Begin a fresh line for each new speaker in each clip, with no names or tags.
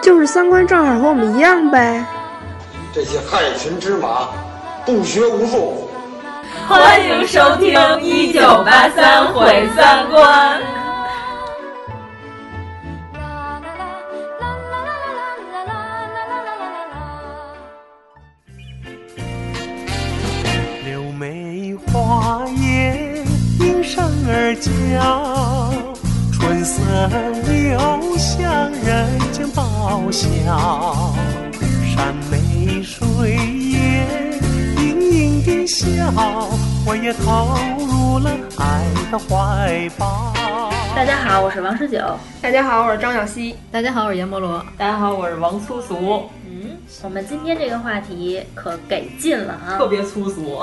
就是三观正好和我们一样呗。
这些害群之马，不学无术。
欢迎收听《一九八三毁三观》。
柳眉花叶迎上而娇，春色留香人间报晓。山梅水也盈盈地笑，我也投入了爱的怀抱。
大家好，我是王十九。
大家好，我是张小希。
大家好，我是阎摩罗。
大家好，我是王粗俗。
嗯，我们今天这个话题可给劲了啊，
特别粗俗。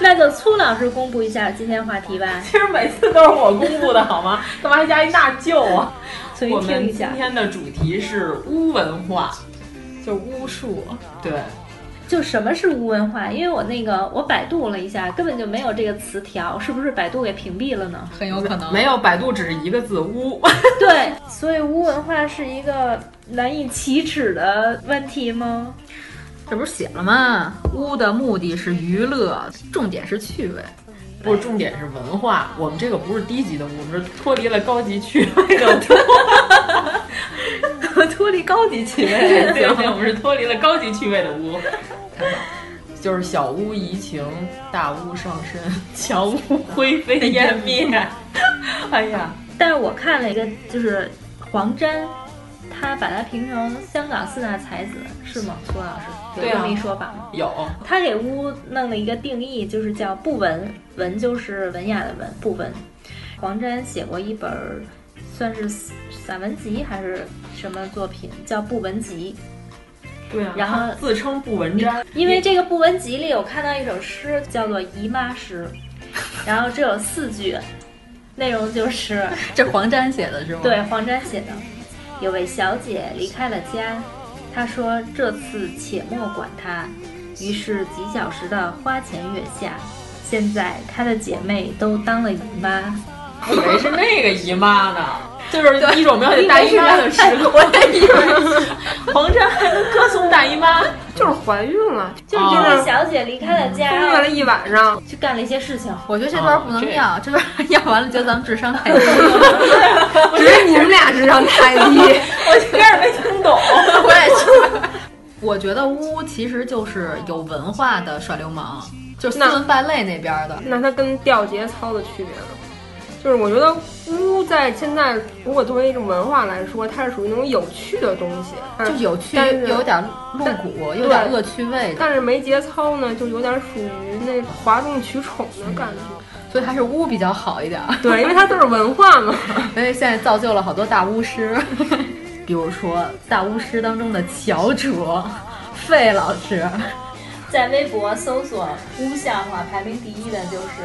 那就粗老师公布一下今天话题吧。
其实每次都是我公布的，好吗？干嘛还加一那就啊？
所以
我
听
们
一
今
下，
天的主题是巫文化，
就是巫术，
对，
就什么是无文化？因为我那个我百度了一下，根本就没有这个词条，是不是百度给屏蔽了呢？
很有可能
没有百度只是一个字巫，
对，所以无文化是一个难以启齿的问题吗？
这不是写了吗？巫的目的是娱乐，重点是趣味。
不，重点是文化。我们这个不是低级的巫，我们是脱离了高级趣味的巫。
脱离高级趣
对
味，
对对，我们是脱离了高级趣味的巫。就是小巫怡情，大巫上身，小巫灰飞烟灭。 哎呀，
但是我看了一个，就是黄沾，他把它评成香港四大才子，是吗？苏老师有
对
这
啊
么一说法吗？
有
他给巫弄了一个定义，就是叫不文，文就是文雅的文，不文。黄沾写过一本儿，算是散文集还是什么作品，叫《不文集
对啊，
然后
他自称不文章，》。
因为这个《不文集》里，我看到一首诗叫做《姨妈诗》，然后这有四句，内 容就是
这黄沾写的是吗？
对，黄沾写的。有位小姐离开了家，她说这次且莫管她。于是几小时的花前月下，现在她的姐妹都当了姨妈。
我以为是那个姨妈呢，就是一种描写大姨妈的诗歌。我也以为黄沾还能歌颂大姨妈，
就是怀孕了，
就是
哦
这位小姐离开了
工作
家，
了一晚上，
去干了一些事情。
我觉得这段不能
哦
要，这段要完了，觉得咱们智商太 低。
只是你们俩智商太低。
我就开始没听懂。
我也是。 我觉得巫其实就是有文化的耍流氓，就是斯文败类那边儿的。
那它跟掉节操的区别呢？就是我觉得巫在现在，如果作为一种文化来说，它是属于那种有趣的东西，但
就是
是
有趣，
但是
嗯有点露骨，有点恶趣味的，
但是没节操呢，就有点属于那哗众取宠的感觉。
所以还是巫比较好一点儿。
对，因为它都是文化嘛。
因为现在造就了好多大巫师， 比如说大巫师当中的乔哲、费老师，
在微博搜索“巫笑话”，排名第一的就是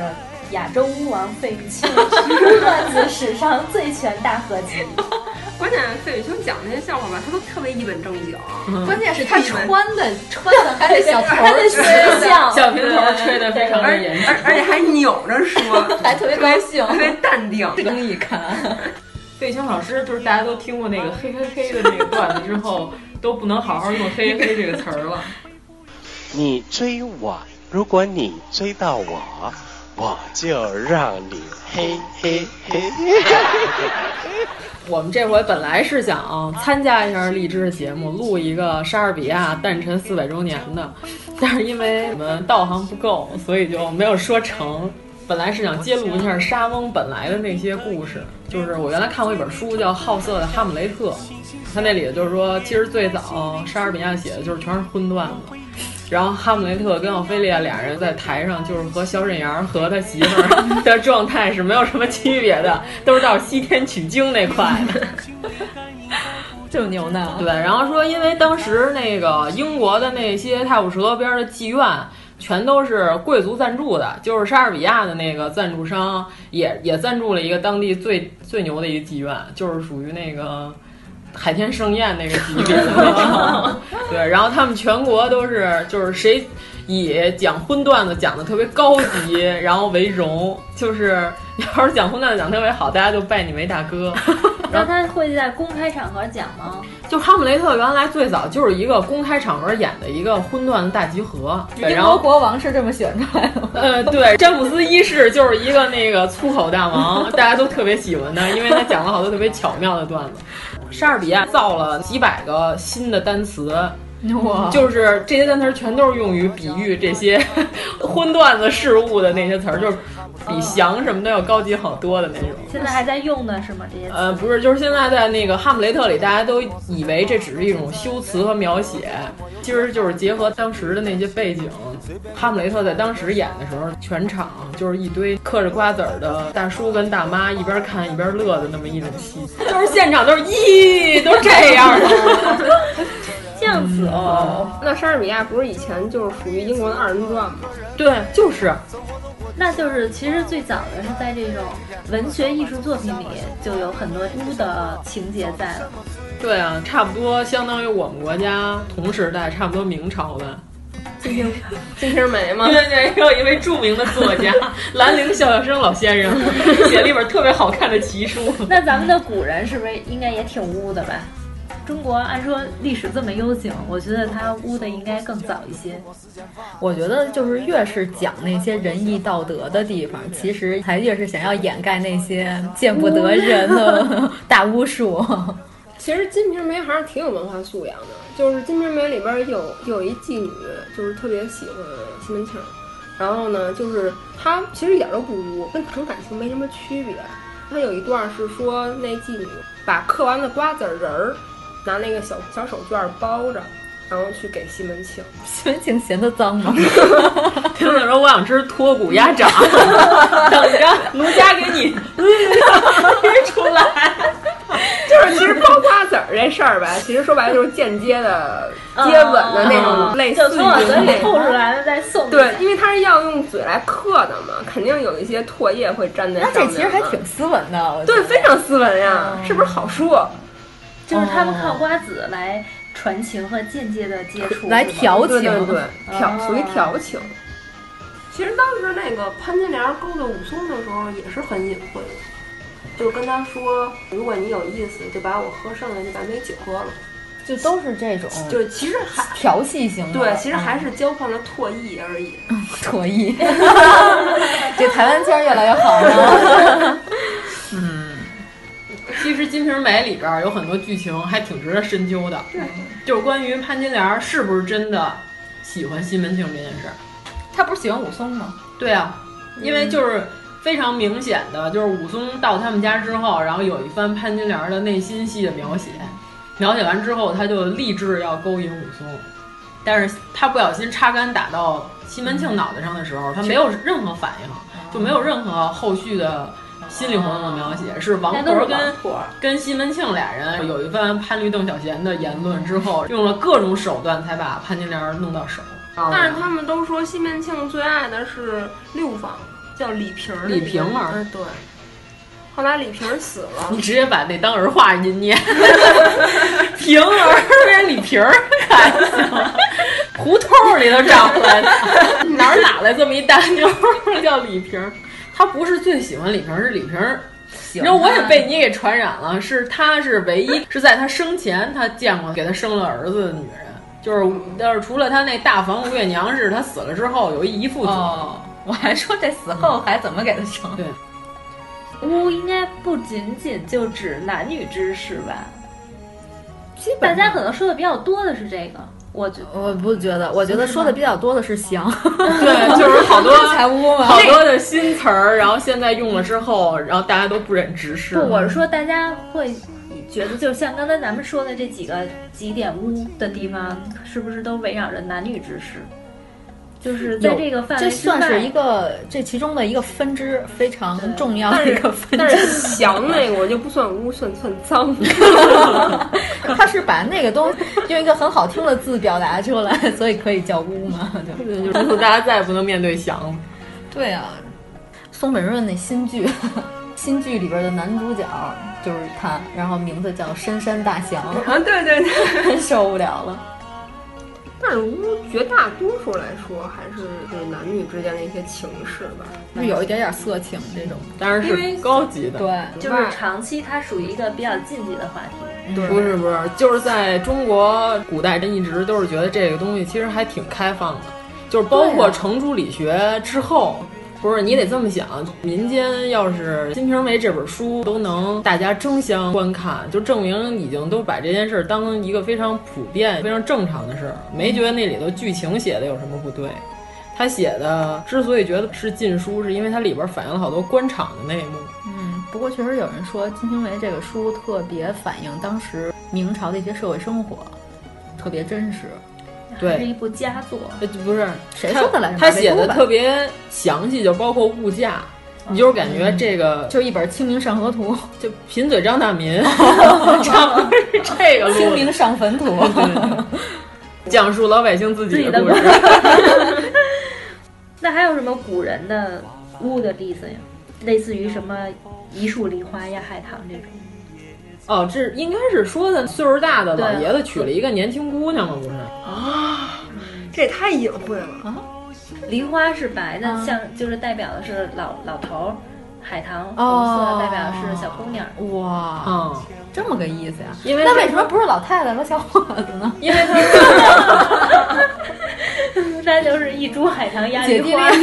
亚洲巫王费玉清， 段子史上最全大合集。
关键费玉清讲那些笑话吧，他都特别一本正经。
关键是他穿的穿的还
哎
得哎小头
他的
儿，
形象，
小平头吹得非常的严肃。
而且还扭着 说，
还特别高兴，
淡定。
正一看。
费玉清老师就是大家都听过那个嘿嘿嘿的那个段子之后，都不能好好用嘿嘿嘿这个词儿了。
你追我，如果你追到我，我就让你嘿嘿嘿。
我们这回本来是想参加一下荔枝的节目，录一个莎士比亚诞辰四百周年的，但是因为我们道行不够，所以就没有说成。本来是想揭露一下莎翁本来的那些故事，就是我原来看过一本书叫《好色的哈姆雷特》，它那里就是说，其实最早莎士比亚写的就是全是荤段子。然后哈姆雷特跟奥菲利亚俩人在台上，就是和小沈阳和他媳 妇儿的状态是没有什么区别的，都是到西天取经那块的。
这么牛呢？
对，然后说因为当时那个英国的那些泰晤士河边的妓院。全都是贵族赞助的，就是莎士比亚的那个赞助商也也赞助了一个当地最最牛的一个妓院，就是属于那个海天盛宴那个级别的 那种。对，然后他们全国都是就是谁以讲荤段子讲的特别高级， 然后为荣，就是要是讲荤段子讲特别好，大家就拜你为 大哥。
那他会在公开场合讲吗？
就《哈姆雷特》原来最早就是一个公开场合演的一个荤段大集合，对
英
然
国
后
国王是这么选出来的吗？
呃，对，詹姆斯一世就是一个那个粗口大王，大家都特别喜欢他，因为他讲了好多特别巧妙的段子。莎士比亚造了几百个新的单词，
哇，
就是这些单词全都是用于比喻这些 荤段子事物的那些词儿，就是比翔什么的要高级好多的那种。
现在还在用呢，是吗？这些词
呃，不是，就是现在在那个《哈姆雷特》里，大家都以为这只是一种修辞和描写，其实就是结合当时的那些背景。哈姆雷特在当时演的时候，全场就是一堆嗑着瓜子儿的大叔跟大妈，一边看一边乐的那么一种戏，就是现场都是咦，都是这样的。
这样子哦。
嗯那莎士比亚不是以前就是属于英国的二人转吗？
对，就是
那就是其实最早的是在这种文学艺术作品里就有很多巫的情节在了。
对啊，差不多相当于我们国家同时代，差不多明朝吧。
金瓶金瓶梅吗？
对对，有一位著名的作家 兰陵笑笑生老先生 写了一本特别好看的奇书。
那咱们的古人是不是应该也挺污的吧？中国按说历史这么悠久，我觉得他污的应该更早一些。
我觉得就是越是讲那些仁义道德的地方，其实还越是想要掩盖那些见不得人的大巫术。
其实《金瓶梅》还是挺有文化素养的，就是《金瓶梅》里边有有一妓女，就是特别喜欢西门庆，然后呢，就是她其实一点都不污，跟谈感情没什么区别。她有一段是说那妓女把嗑完的瓜子仁儿拿那个小小手绢包着，然后去给西门庆。
西门庆嫌他脏吗？
听的时候我想吃脱骨鸭掌，等着奴家给你出来。
就是其实包瓜子儿这事儿吧，其实说白了就是间接的接吻的那种类似
嗯就
于
从我嘴里
那
吐
种。
出来了再送。嗯
对，，因为它是要用嘴来嗑的嘛，肯定有一些唾液会粘在
那
上面。
这其实还挺斯文的，我觉
对，
得
非常斯文呀，是不是好说？
就是他们靠瓜子来传情和间接的接触，
来
是吗
调
对
情
对对，调
啊
哦
属于调情。其实当时那个潘金莲勾搭武松的时候也是很隐晦的，就是跟他说，如果你有意思，就把我喝剩的那半杯酒喝了。
就都是这种
就是其实还
调戏型的。
对，其实还是交换了唾液而已。
脱衣，这台湾腔越来越好了。
其实《金瓶梅》里边儿有很多剧情还挺值得深究的，
对，
就是关于潘金莲是不是真的喜欢西门庆这件事儿。
他不是喜欢武松吗？
对啊，
嗯
因为就是非常明显的，就是武松到他们家之后，然后有一番潘金莲的内心戏的描写，
嗯
描写完之后，他就立志要勾引武松，但是他不小心插杆打到西门庆脑袋上的时
嗯
候，他没有任何反
哦
应，就没有任何后续的。心理活动的描写是王
哦那都是
婆
王
跟
婆
跟西门庆俩人有一番潘驴邓小闲的言论之后，用了各种手段才把潘金莲弄到手。
但是他们都说西门庆最爱的是六房，叫李瓶儿的那
李
个
瓶儿
嗯，对。后来李瓶儿死了，
你直接把那当儿化人家念， 平儿变李平儿，还行，胡同里头长出来的，哪儿哪来这么一大妞儿 叫李平儿？他不是最喜欢李平儿，是李平儿。你知道我也被你给传染了，是他是唯一是在他生前他见过给他生了儿子的女人，就是但是除了他那大房吴月娘是他死了之后有一姨父子，
哦，我还说这死后还怎么给他生？
对，
污应该不仅仅就指男女之事吧？
基
大
本
家可能说的比较多的是这个，我觉得。
我不觉得，我觉得说的比较多的是翔，
对，就是好多
才污嘛
好。多的新词儿，然后现在用了之后，然后大家都不忍直视。
不， 我是说大家会嗯觉得，就像刚才咱们说的这几个几点污的地方，是不是都围绕着男女之事？就是在这个范围
这
之外
算是一个这其中的一个分支，非常重要
但
的一
是
个分
但
支。
是翔那个我就不算污，算算 脏。
他是把那个东西用一个很好听的字表达出来，所以可以叫污嘛？对，
就是从此大家再也不能面对翔。
对啊，松本润那新剧， 新剧里边的男主角就是他，然后名字叫深山大翔。
啊，对对对，
受不了了。
但是污绝大多数来说，还是就是男女之间的一些情事吧，
就有一点点色情这种，
当然
是
高级的
对，
就是长期它属于一个比较禁忌的话题。
不是不是，就是在中国古代一直都是觉得这个东西其实还挺开放的，就是包
对
括
啊
程朱理学之后。不是，你得这么想，民间要是《金瓶梅》这本书都能大家争相观看，就证明已经都把这件事儿当一个非常普遍、非常正常的事儿，没觉得那里头剧情写的有什么不对。他写的之所以觉得是禁书，是因为它里边反映了好多官场的内幕。
嗯，不过确实有人说《金瓶梅》这个书特别反映当时明朝的一些社会生活，特别真实。
对
是一部佳作。
呃，不是
谁
他
说的来着？
他
谁
写
说哦
的特别详细，就包括物价，你就是感
嗯
觉这个、
就一本《清明上河 图》，
就贫嘴张大民， 差不多是这个路
《
子。
清明上坟图》
讲述老百姓自己的故
自己
事。
那还有什么古人的污的例子呀？类似于什么一树梨花压海棠这种。
哦，这应该是说的岁数大的老
对
爷子娶了一个年轻姑娘嘛，不是？
啊，这也太隐晦了
啊！
梨花是白的，
啊
像就是代表的是老老头儿；海棠红色
哦
代表的是小姑娘。
哇，
嗯，
这么个意思呀、
因为
哦那为什么不是老太太和小伙子 呢？
因为
那就是一株海棠压
姐
梨
弟
花。
恋。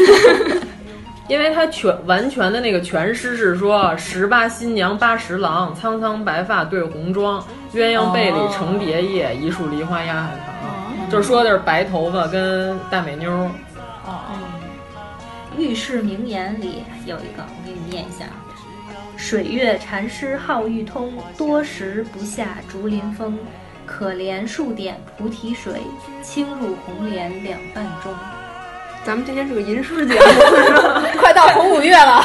因为他全完全的那个全诗是说：“十八新娘八十郎，苍苍白发对红妆，鸳鸯被里成
哦
蝶夜，一树梨花压海棠。”就是说的是白头发跟大美妞儿。
寓世名言里有一个，我给你念一下：水月禅师好欲通，多时不下竹林风。可怜数点菩提水，轻入红莲两半钟。
咱们今天是个吟诗节目，
快到红五月了，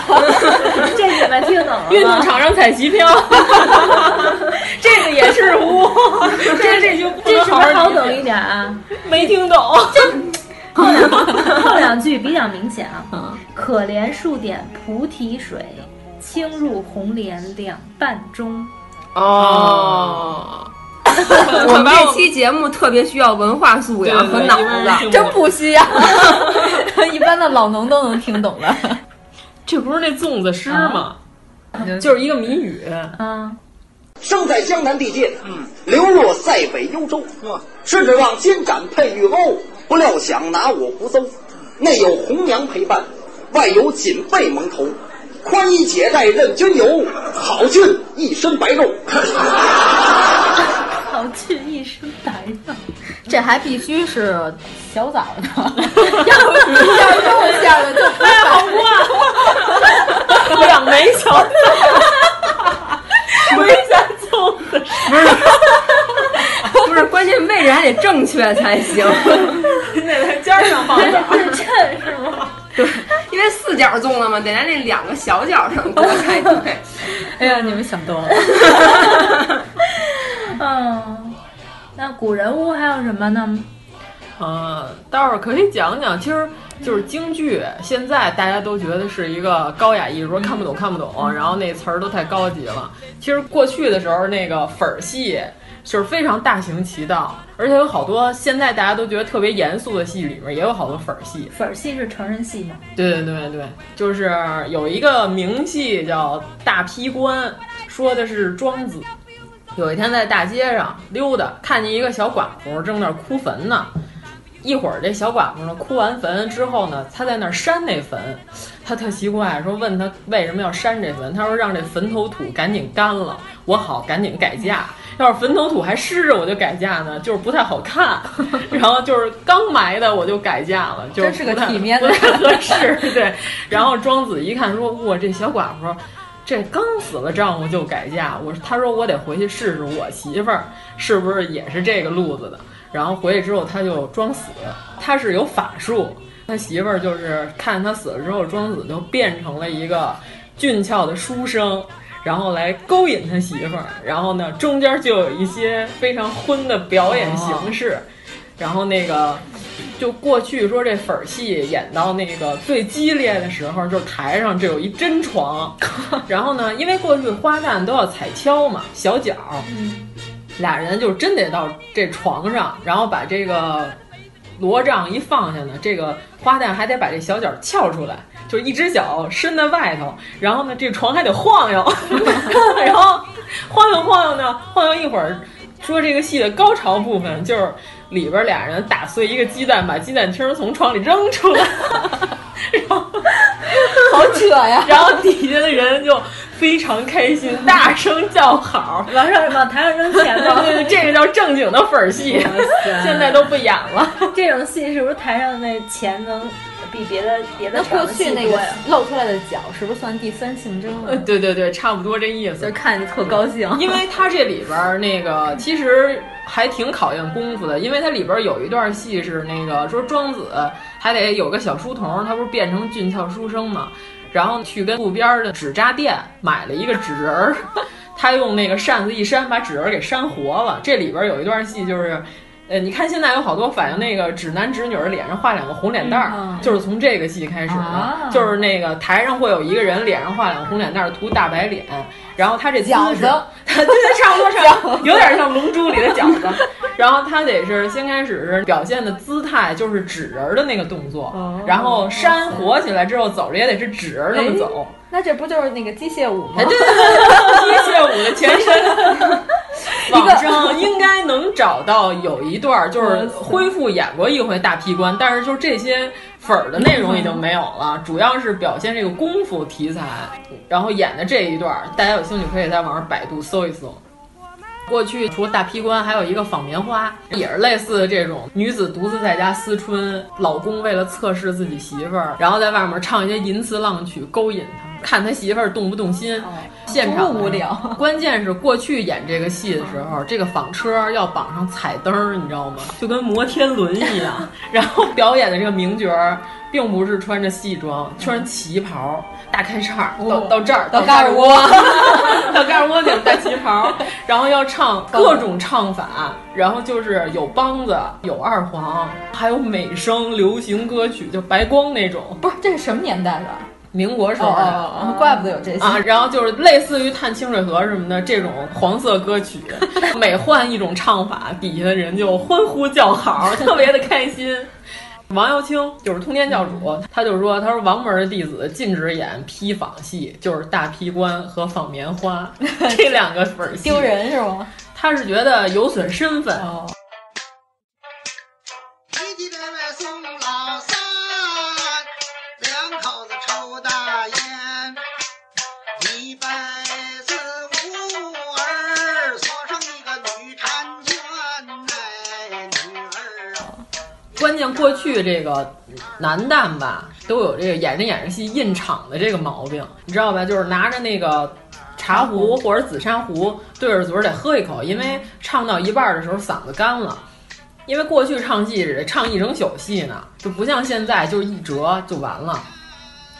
这你们听懂了吗？
运动场上采旗飘， 这个也 是污，这这就不
这
能
是
好
不是好
好
懂
理
一
解
点 啊？
没听懂，
后两句比较明显啊。嗯可怜数点菩提水，轻入红莲两半钟。
哦。我们这期节目特别需要文化素养和脑子，
真不需要， 一般的老农都能听懂了。
这不是那粽子诗吗？啊就是一个谜语。
啊，
生在江南地界，嗯，流落塞北幽州，甚至让金盏配玉瓯，不料想拿我胡诌。内有红娘陪伴，外有锦被蒙头，宽衣解带任君游，好俊一身白肉。
好俊一身白肉。
这还必须是小枣的， 要不要是肉馅儿的就不好
过。两枚小枣，
回
家粽子。
不是，关键位置还得正确才行，
你得在尖儿上放枣，
这是吗？
因为四角粽子嘛，得在那两个小角上多才对。
哎呀，你们想多了。
嗯，那古人屋还有什么呢？
嗯，待会儿可以讲讲，其实就是京剧，现在大家都觉得是一个高雅艺术，说看不懂看不懂，然后那词儿都太高级了。其实过去的时候，那个粉儿戏就是非常大行其道，而且有好多现在大家都觉得特别严肃的戏里面也有好多粉儿戏。
粉儿戏是成人 戏吗？
对对对对，就是有一个名戏叫《大披官》，说的是庄子。有一天在大街上溜达，看见一个小寡妇正那儿哭坟呢。一会儿这小寡妇呢哭完坟之后呢，她在那儿扇那坟，她特奇怪，说问她为什么要扇这坟，她说让这坟头土赶紧干了，我好赶紧改嫁。 要是坟头土还湿着，我就改嫁呢，就是不太好看。 然后就是刚埋的，我就改嫁了，就
真是个
不太
体面的
不太合适。对，然后庄子一看说，哇，这小寡妇。这刚死了丈夫就改嫁，我他说我得回去试试我媳妇儿是不是也是这个路子的。然后回去之后他就装死，他是有法术，他媳妇儿就是看他死了之后，庄子就变成了一个俊俏的书生，然后来勾引他媳妇儿，然后呢，中间就有一些非常荤的表演形式，然后那个。就过去说这粉儿戏演到那个最激烈的时候，就是台上这有一真床，然后呢，因为过去花旦都要踩跷嘛，小脚，俩人就真得到这床上，然后把这个罗帐一放下呢，这个花旦还得把这小脚翘出来，就是一只脚伸在外头，然后呢，这床还得晃 悠，然后晃悠晃悠呢，晃悠一会儿。说这个戏的高潮部分就是里边俩人打碎一个鸡蛋，把鸡蛋清儿从床里扔出 来，
好 扯呀！
然后底下的人就非常开心，大声叫 好。
往上往台上扔钱了，
对对，这个叫正经的粉儿戏，现在都不演了。
这种戏是不是台上那钱能比别的别的
那过
场
去
戏
那个
多呀？
露出来的脚是不是算第三性征啊？
对对对，差不多这意思。
就呃看着特高兴，
因为它这里边儿那个其实还挺考验功夫的，因为它里边儿有一段戏是那个说庄子还得有个小书童，他不是变成俊俏书生嘛，然后去跟路边儿的纸扎店买了一个纸人儿， 他用那个扇子一扇把纸人儿给扇活了。这里边儿有一段戏就是。呃，你看现在有好多反映那个直男直女儿脸上画两个红脸蛋儿，
嗯
就是从这个戏开始的，
啊
就是那个台上会有一个人脸上画两个红脸蛋儿，涂大白脸，然后他这姿
饺
势
子，
对对，差不多差不多，有点像《龙珠》里的饺子。然后他得是先开始是表现的姿态就是纸人儿的那个动作，
哦
然后山活起来之后走着也得是纸人儿
哎
那么走。
那这不就是那个机械舞吗
哎，？对对对，机械舞的前身。
个
网上应该能找到有一段儿，就是恢复演过一回大劈棺，但是就是这些粉儿的内容已经没有了，主要是表现这个功夫题材，然后演的这一段儿，大家有兴趣可以在网上百度搜一搜。过去除了大劈棺，还有一个纺棉花，也是类似这种女子独自在家思春，老公为了测试自己媳妇儿，然后在外面唱一些淫词浪曲勾引她，看她媳妇儿动不动心。现场
多无聊，
关键是过去演这个戏的时候，这个纺车要绑上彩灯儿，你知道吗？就跟摩天轮一 样。然后表演的这个名角儿，并不是穿着戏装，穿旗袍、大开叉，到到这儿
哦到
盖
盖儿
儿
窝
窝， 到盖儿窝顶大旗袍，然后要唱各种唱法，然后就是有梆子，有二黄，还有美声、流行歌曲，就白光那种。
不是，这是什么年代的？
民国时候的，
哦哦哦怪不得有这些
啊。然后就是类似于《探清水河》什么的这种黄色歌 曲，每换一种唱法，底下的人就欢呼叫好，特别的开心。王耀卿就是通天教主，他就说：“他说王门的弟子禁止演披纺戏，就是大披官和纺棉 花这两个粉儿戏
丢。人哦是吗？”
他是觉得有损身份，
一弟妹妹送老三，两口子抽大烟，一辈子无儿，所剩一个女婵娟哎，女儿啊。
关键过去这个男旦吧，都有这个演着演着戏印场的这个毛病，你知道吧？就是拿着那个茶壶或者紫砂壶对着嘴儿得喝一口，因为唱到一半儿的时候嗓子干了。因为过去唱戏是得唱一整宿戏呢，就不像现在就是一折就完了。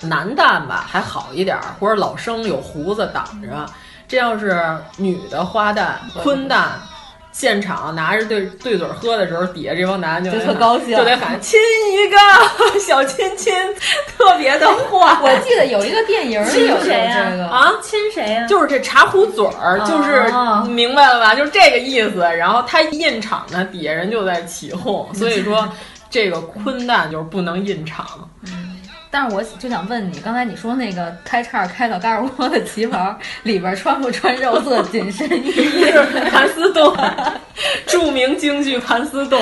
男旦吧还好一点儿，或者老生有胡子挡着。这要是女的花旦、昆旦，现场拿着对对嘴儿喝的时候，底下这帮男的
就
得
特
喊
高兴
就得喊亲一个 小亲亲，特别的 坏。
我记得有一个电影里有
亲
这
谁呀
个
啊，
亲谁呀？
就是这茶壶嘴儿，就是明白了吧？就是这个意思。然后他印场呢，底下人就在起 哄，所以说这个昆旦就是不能印场。
但是我就想问你，刚才你说那个开叉开到盖儿窝的旗袍里边穿不穿肉色紧身衣？
盘丝洞， 著名京剧《盘丝 洞》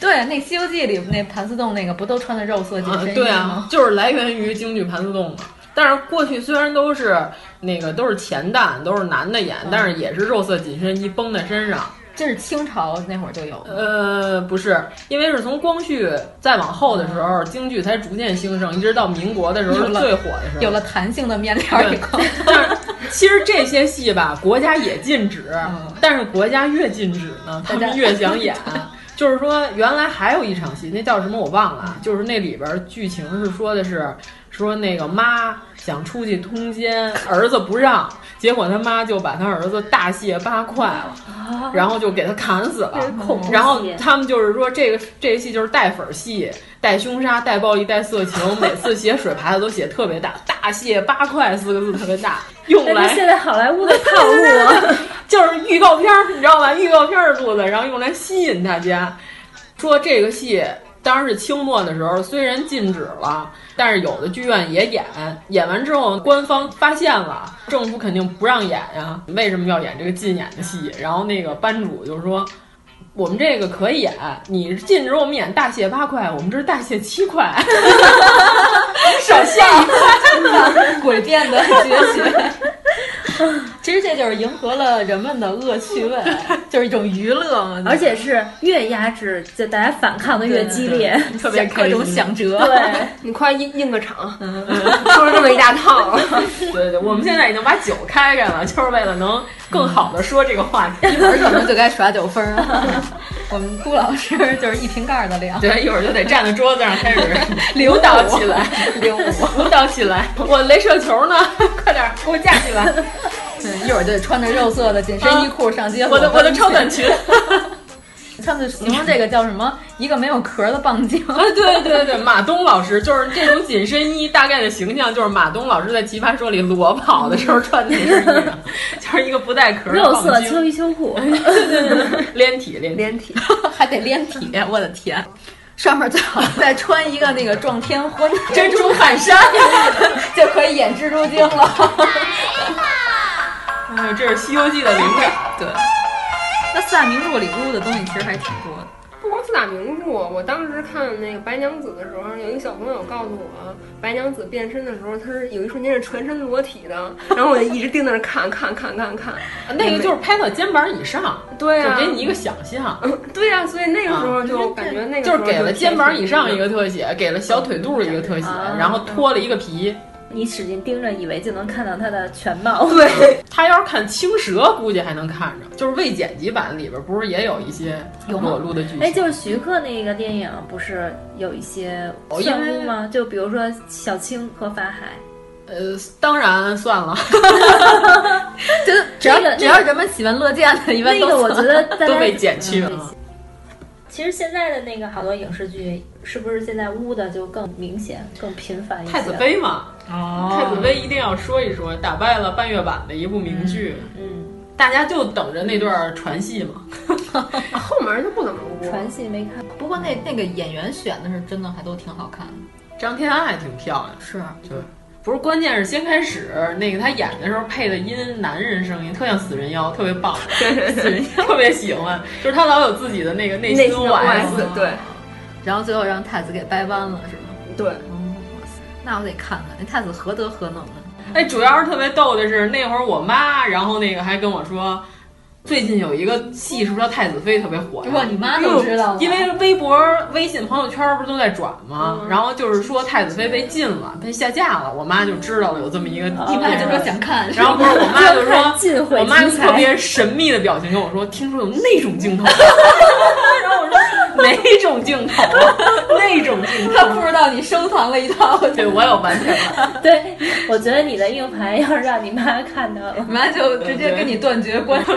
对，啊那《西游记》里那盘丝洞那个不都穿的肉色紧
啊
身衣吗？
对啊，就是来源于京剧《盘丝洞》嘛。但是过去虽然都是那个都是前旦，都是男的演，但是也是肉色紧身衣绷在身上。
这是清朝那会儿就有的。
呃，不是，因为是从光绪再往后的时
嗯
候，京剧才逐渐兴盛，一直到民国的时候
有
是
了
最火的时候。
有了弹性的面料以后，
其实这些
嗯
戏吧，国家也禁止，但是国家越禁止呢，他
大
们
家
越想演。就是说原来还有一场戏，那叫什么我忘了啊，
嗯
就是那里边儿剧情是说的是说那个妈想出去通奸，儿子不让，结果他妈就把他儿子大卸八块了。然后就给他砍死了
哦这是恐怖。戏
然后他们就是说，这个这个戏就是带粉儿戏、带凶杀、带暴力、带色情，每次写水牌子都写特别大，“大卸八块”四个字特别大，用
那
来
是现在好莱坞的套路 啊，
就是预告片儿，你知道吧？预告片儿做的，然后用来吸引大家。说这个戏当然是清末的时候，虽然禁止了，但是有的剧院也演，演完之后官方发现了，政府肯定不让演呀， 为什么要演这个禁演的戏？然后那个班主就说。我们这个可以演，你禁止我们演大卸八块，我们这是大卸七块，
手下真的诡辩的绝学。其实这就是迎合了人们的恶趣味，啊就是一种娱乐嘛。
而且是越压制，就大家反抗的越激烈，
特别各种想辙。
对，
你快应应个场，说了这么一大套，
对对对，我们现在已经把酒开开了，就是为了能更好的说这个话题。
一会儿可能就该耍酒疯了。我们顾老师就是一瓶盖儿的量，
对，一会儿就得站在桌子上 开始
溜
舞蹈起来，
溜 舞，
舞蹈起来。我镭射球呢， 快点儿给我架起来！
对，一会儿就得穿着肉色的紧身衣裤上街。
啊我的我的超短 裙。
他们形容这个叫什么？一个没有壳的棒精。
啊，对对对，马东老师就是这种紧身衣，大概的形象就是马东老师在《奇葩说》里裸跑的时候穿的紧身衣上， 就是一个不带壳儿的
肉色
棒精
秋衣秋裤，
连体哎连体。
连体， 还得连体， 我的天！上面最好 再穿一个那个撞天婚的
珍珠汗衫，
就可以演蜘蛛精了。
哎呦，这是《西游记》的灵感。
对，那四大名著里污的东西其实还挺多的。
不光四大名著，我当时看那个《白娘子》的时候，有一个小朋友告诉我，白娘子变身的时候，她是有一瞬间是全身裸体的，然后我就一直盯在那儿看，看，看，看，看。
啊那个就是拍到肩膀以上，
对啊
就给你一个想象。
对呀、所以那个时候就感觉那个时
就
候
是给了肩膀以上一个
挺
特写，给了小腿肚儿一个特写，
啊
然后脱了一个皮。
你使劲盯着，以为就能看到它的全貌。
对，他要是看青蛇，估计还能看着。就是未剪辑版里边不是也有一些
有吗
裸露的剧
哎，
情？
就是徐克那个电影，不是有一些
哦
算
因为
污吗？就比如说小青和法海，
呃，当然算了，
就是只要、
那个
只要人们喜闻乐见的，一般都
那个我 觉得大家嗯
都被剪去了。
其实现在的那个好多影视剧，是不是现在污的就更明显、更频繁一些？
太子妃，嘛，
哦
太子妃一定要说一说，打败了半月板的一部名剧。
嗯，
大家就等着那段船戏嘛。
啊后面就不怎么污。
传戏没看。
不过那那个演员选的是真的还都挺好看的。
张天爱挺漂亮，
是，
对，不是，关键是先开始那个他演的时候配的音，男人声音特像死人妖，特别棒，死人妖特别喜欢，就是他老有自己的那个内
内
心
心
OS，
OS，对
然后最后让太子给掰弯了，是吗？
对，
那我得看看那太子何德何能啊呢？
哎，主要是特别逗的是，那会儿我妈，然后那个还跟我说，最近有一个戏是不是叫《太子妃》特别火呀？
哇你妈都知道了
因为微博、微信朋友圈不是都在转吗？
嗯
然后就是说《太子妃》被禁了，被下架了，我妈就知道了有这么一个。
哦
你妈就哎说想看，
然后不是我妈就
要看禁
说，
毁
我妈就
题材
特别神秘的表情跟我说，听说有那种镜头， 然后我说哪种镜头啊，那种镜头，
她不知道你收藏了一套，
对我有完全。
对，我觉得你的硬盘要是让你妈看到了
你，妈就直接跟你断绝关系。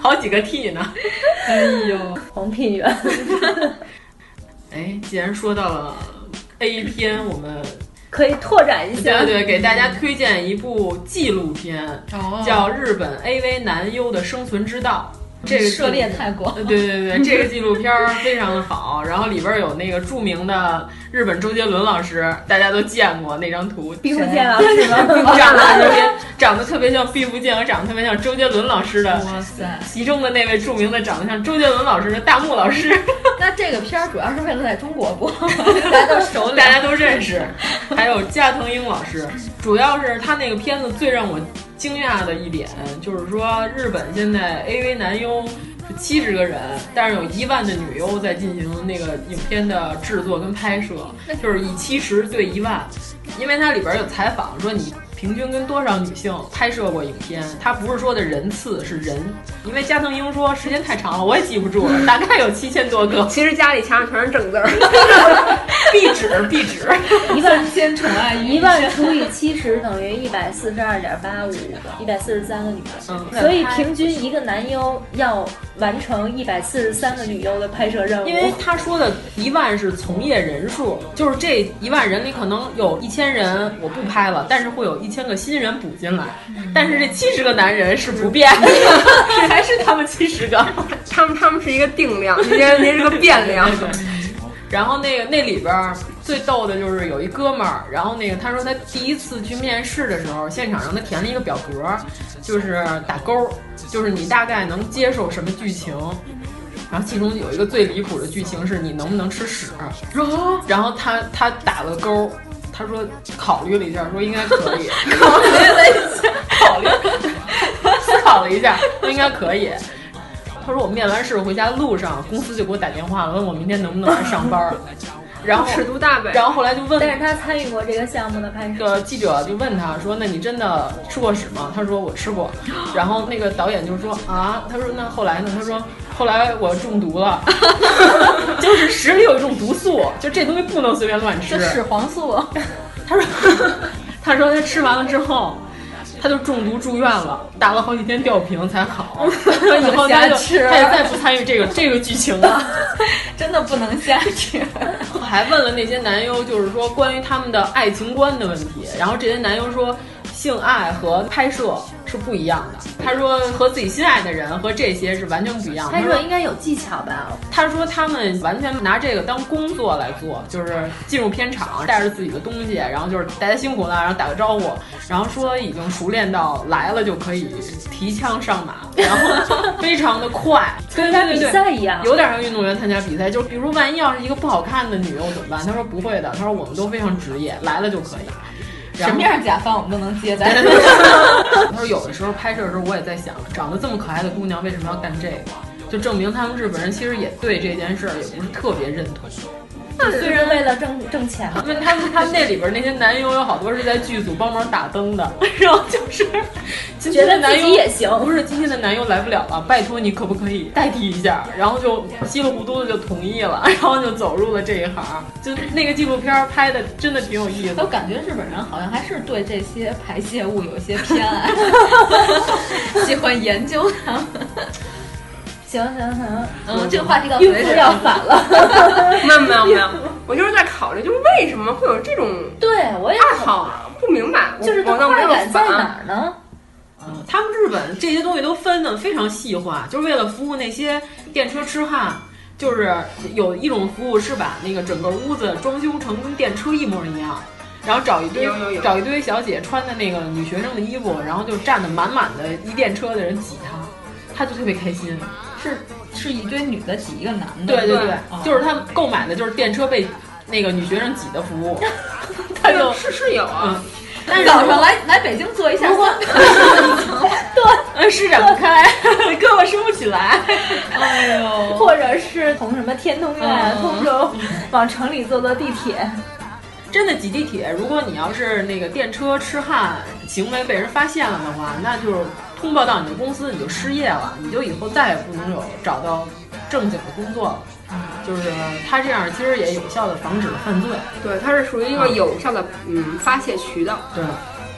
好几个 T 呢。
哎呦，
黄品源，
哎，既然说到了 A 片，我 们
可以拓展一
对
下。
对对，给大家推荐一部纪录片，
哦
叫《日本 AV 男优的生存之道》。这个纪
涉猎太广
对对对，这个纪录片儿非常的好，然后里边有那个著名的日本周杰伦老师，大家都见过那张图，
毕福 剑老师吗？
长得特别长得特别像毕福剑和长得特别像周杰伦老师的，
哇塞！
其中的那位著名的长得像周杰伦老师的大木老师，
那这个片儿主要是为了在中国播，大家都熟脸。
大家都认识，还有加藤鹰老师。主要是他那个片子最让我惊讶的一点，就是说日本现在 AV 男优是七十个人，但是有一万的女优在进行那个影片的制作跟拍摄，就是以七十对一万，因为它里边有采访说你。平均跟多少女性拍摄过影片，它不是说的人次是人，因为加藤鹰说时间太长了，我也记不住了，大概有七千多个。
其实家里墙上全是正字儿，
壁纸壁纸，
一万
先宠爱于
一万除以七十等于一百四十二点八五，一百四十三个女
嗯
的，所以平均一个男优要完成一百四十三个女优的拍摄任务。
因为他说的一万是从业人数，就是这一万人里可能有一千人我不拍了，但是会有一千个新人补进来，但是这七十个男人是不变的， 还是他们七十个，
他们他们是一个定量，您您 是个变量。
对对对然后那个那里边儿最逗的就是有一哥们儿，然后那个他说他第一次去面试的时候，现场让他填了一个表格，就是打勾，就是你大概能接受什么剧情。然后其中有一个最离谱的剧情是你能不能吃屎，啊然后他他打了勾，他说考虑了一下，说应该可 以，
考虑了一下，
考虑 思考了一下，应该可以。他说我面完试回家路上，公司就给我打电话了，问我明天能不能来上班。然后
尺度大呗。
然后后来就问，
但是他参与过这个项目的拍摄。
呃，记者就问他说：“那你真的吃过屎吗？”他说：“我吃过。”然后那个导演就说：“啊，他说那后来呢？”他说：“后来我中毒了，就是屎里有一种毒素，就这东西不能随便乱吃。”
屎黄 素。
他说：“ 他说他吃完了之后。”他就中毒住院了，打了好几天吊瓶才 好。啊以后他就他也再不参与这个这个剧情了，
真的不能瞎吃。
我 还问了那些男优，就是说关于他们的爱情观的问题，然后这些男优说。性爱和拍摄是不一样的。他说和自己心爱的人和这些是完全不一样的。
拍摄应该有技巧吧？
他说他们完全拿这个当工作来做，就是进入片场带着自己的东西，然后就是大家辛苦了，然后打个招呼，然后说已经熟练到来了就可以提枪上马，然后 非常的快，
跟参加比赛一样，
有点像运动员参加比赛。就比如万一要是一个不好看的女优怎么办？他说不会的，他说我们都非常职业，来了就可以。
什么样甲方我们都能 接，咱。
他说有的时候拍摄的时候，我也在想，长得这么可爱的姑娘为什么要干这个？就证明他们日本人其实也对这件事儿也不是特别认同。
那虽然为了挣挣钱，
因为他们他们那里边那些男优有好多是在剧组帮忙打灯的， 然后就是
觉得自己也行。
不是今天的男优来不了了，拜托你可不可以代替一下？然后就稀里糊涂的就同意了，然后就走入了这一行。就那个纪录片拍的真的挺有意思的，
我感觉日本人好像还是对这些排泄物有些偏爱，喜欢研究它们。
行行行，
嗯，这个话题到
孕妇要反了。
没有没有没有，我就是在考虑，就是为什么会有这种
对我也
爱好，不明白，
就是
我倒没有啊
感在哪儿呢？
嗯，他们日本这些东西都分的非常细化，就是为了服务那些电车痴汉。就是有一种服务是把那个整个屋子装修成跟电车一模一样。然后找一堆找一堆小姐穿的那个女学生的衣服，然后就站的满满的一电车的人挤她，她就特别开心。
是是一堆女的挤一个男
的，对对对，哦、就是他们购买的就是电车被那个女学生挤的服务，他就是
是有啊。
嗯但是
早上来来北京做一下，
对，施展不开， 胳膊伸不起 来，
哎呦，
或者是从什么天通苑、通州往城里坐坐地铁。
真的挤地铁，如果你要是那个电车痴汉行为被人发现了的话，那就是通报到你的公司，你就失业了，你就以后再也不能有找到正经的工作了。就是他这样，其实也有效的防止了犯罪。
对，它是属于一个有效的嗯发泄渠道。
对，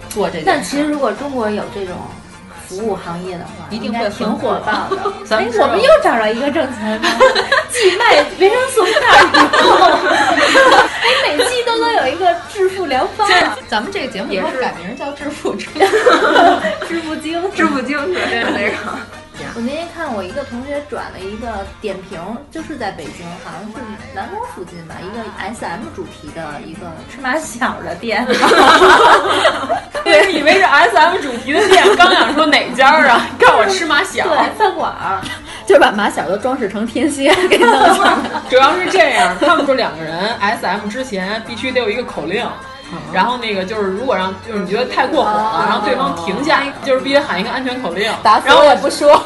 做这。
但其实如果中国有这种。服务行业的话，
一定会
挺火爆的。哎，
我
们又找着一个挣 钱的，寄卖维生素片儿。 哎，每期都能有一个致富良方。啊
咱们这个节目
也
是改名叫《致富之
致富经》，
致富经对那个。
我那天看我一个同学转了一个点评，就是在北京，好像是南宫附近吧，一个 S M 主题的一个吃马小的店。
对，以为是 S M 主题的店，刚想说哪家啊？看我吃马小，啊
对，饭馆儿，
就是把马小都装饰成天蝎给弄成。
主要是这样，他们说两个人 S M 之前必须得有一个口令。然后那个就是，如果让就是你哦觉得太过火了，然后对方停下，就是必须喊一个安全口令，
打死我也不说。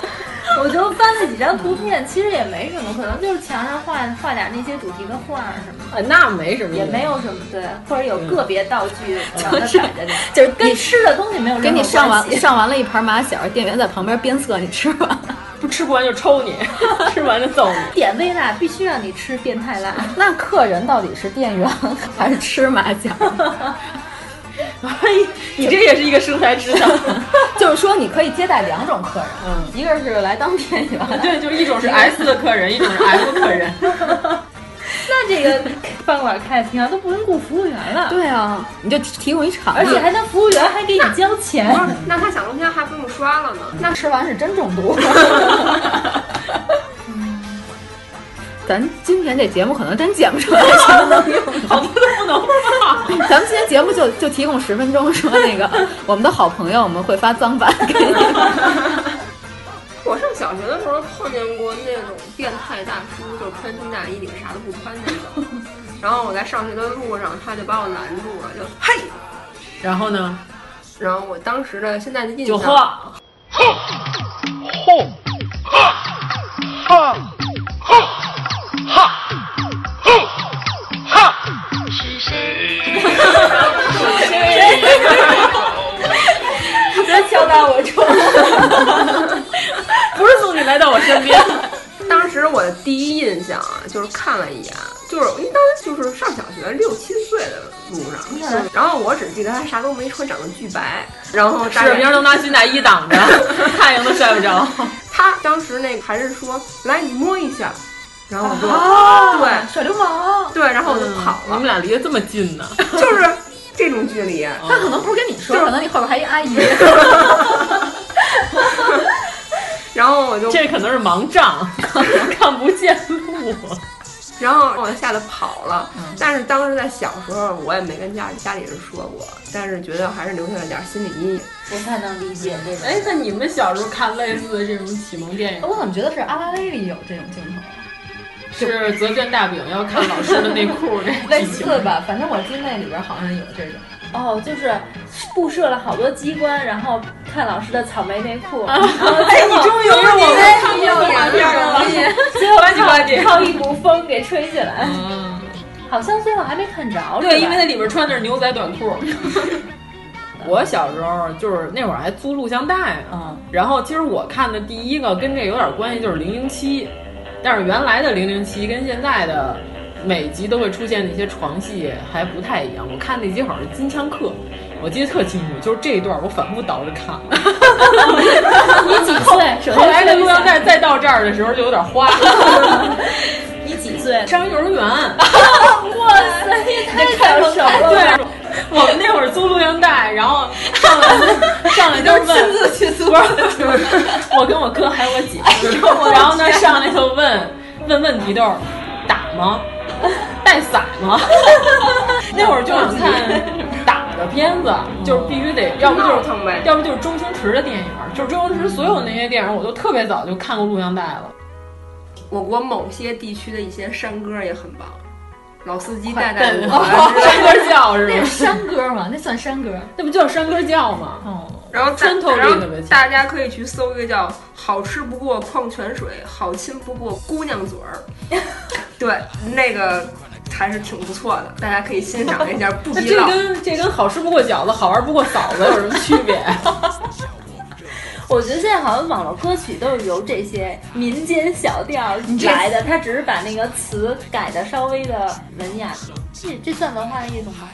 我就翻了几张图片，其实也没什么，可能就是墙上画画点那些主题的画什么的。
啊，那没什么，
也没有什么对，或者有个别道具让它
就是
摆在那儿，
就是
跟吃的东西没有
给
任何
你上
关
完
系。
上完了一盘马小，店员在旁边鞭策你吃吧，
不吃不完就抽 你，吃完就揍你。
点微辣必须让你吃变态辣，
那客人到底是店员还是吃马小？
你这也是一个生财之道，
就是说你可以接待两种客人，一个是来当店员，
对，就是一种是 S 的客人，一种是 F 客 人。
那这个饭馆开的挺好，都不用雇服务员了。
对啊，你就提提供一场地，
而且还能服务员还给你交钱，
那他想龙虾还不用刷了呢？
那吃完是真中毒。 咱今天这节目可能真剪不出来什么能用的， 好多都不能放。咱们今天节目就就提供十分钟，说那个 我们的好朋友，我们会发脏版给 你。
我上小学的时候碰见过那种变态大叔，就是穿胸大衣里面啥都不穿那 种。然后我在上学的路上，他就把我拦住了，就嘿。
然后呢？
然后我当时的现在的印象
酒喝，
吼
哈哈哈哈！是谁？是谁？
别敲打我窗。
不是送你来到我身 边。
当时我的第一印象啊，就是看了一眼，就是因为当时就是上小学六七岁的路上，然后我只记得他啥都没穿，长得巨白，然后大
是，明儿都拿新大衣挡 着，太阳都晒不着。
他当时那个还是说，来你摸一下，然后我就、对
耍流氓，
对，然后我就跑了。
你们俩离得这么近呢？
就是这种距离，
他可能不是跟你说，可能你后边还一阿 姨。
然后我就
这可能是盲杖， 看不见路。
然后我吓得跑了。但是当时在小时候，我也没跟家家里人说过，但是觉得还是留下了点心理阴影。
不太能理解这种。
哎，那你们小时候看类似的这种启蒙电影吗？
我怎么觉得是阿拉蕾里有这种镜头？
是责任大饼要看老师的内裤这
类似吧，反正我记得那里边好像有这种。
哦，就是布设了好多机关，然后看老师的草莓内裤。
啊
然后
哎
最后
你终于有让我
哎
看
你
见
有
了
看见了
看见了
最后
呱唧呱唧
靠靠一股风给吹起来。
嗯，
好像最后还没看着。
对，
是吧
因为它里边穿的是牛仔短 裤。我小时候就是那会儿还租录像带呢，
嗯
然后其实我看的第一个跟这有点关系就是《零零七》，但是原来的《零零七》跟现在的每集都会出现的一些床戏还不太一样。我看那集好像是《金枪客》，我记得特清楚，就是这一段我反复倒着看。
嗯
你几 岁？
后来这录像带再到这儿的时候就有点花。
你几岁？
上幼儿园。
哇 塞，你也太抢手了。
对，我们那会儿租录像带，然后上来上来就问，
亲自
去租，我跟我哥还有我姐，然后呢上来就问问问题都是打吗？带伞吗？那会儿就想看打的片子，就是必须得，要不就
闹腾呗
是要不就是周星驰的电影，就是周星驰所有那些电影，我都特别早就看过录像带了。
我国某些地区的一些山歌也很棒，老司机带带
带
我
我
啊 之类的。
山歌教是
那是山
吧？
歌吗？那算山歌？
那不叫山歌教吗？
哦，
然后大
穿透力
然后
特别强
大家可以去搜一个叫“好吃不过矿泉水，好亲不过姑娘嘴儿”， 对，那个还是挺不错的，大家可以欣赏一下，不
那
低
这
调。
跟这跟好吃不过饺子，好玩不过嫂子有什么区别？
我觉得现在好像网络歌曲都是由这些民间小调来的，它只是把那个词改的稍微的文雅。这这算文化的一种吗？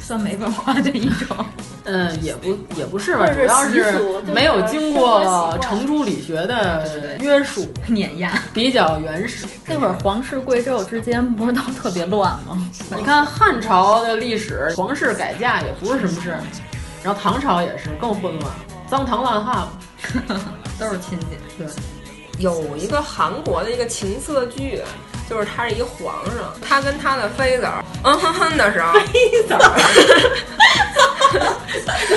算没文化的一种。
嗯，也不也不是
或
吧，
者
主要
习
是
俗就是
没有经
生活
过
习惯
程朱理学的约束
碾压，
比较原始。
那会儿皇室贵胄之间不是都特别乱吗？
你看汉朝的历史，皇室改嫁也不是什么事儿，然后唐朝也是更混乱，脏唐乱汉嘛。
都是亲戚。
对，
有一个韩国的一个情色剧，就是他是一皇上，他跟他的妃子儿嗯哼哼的时 候，
妃子，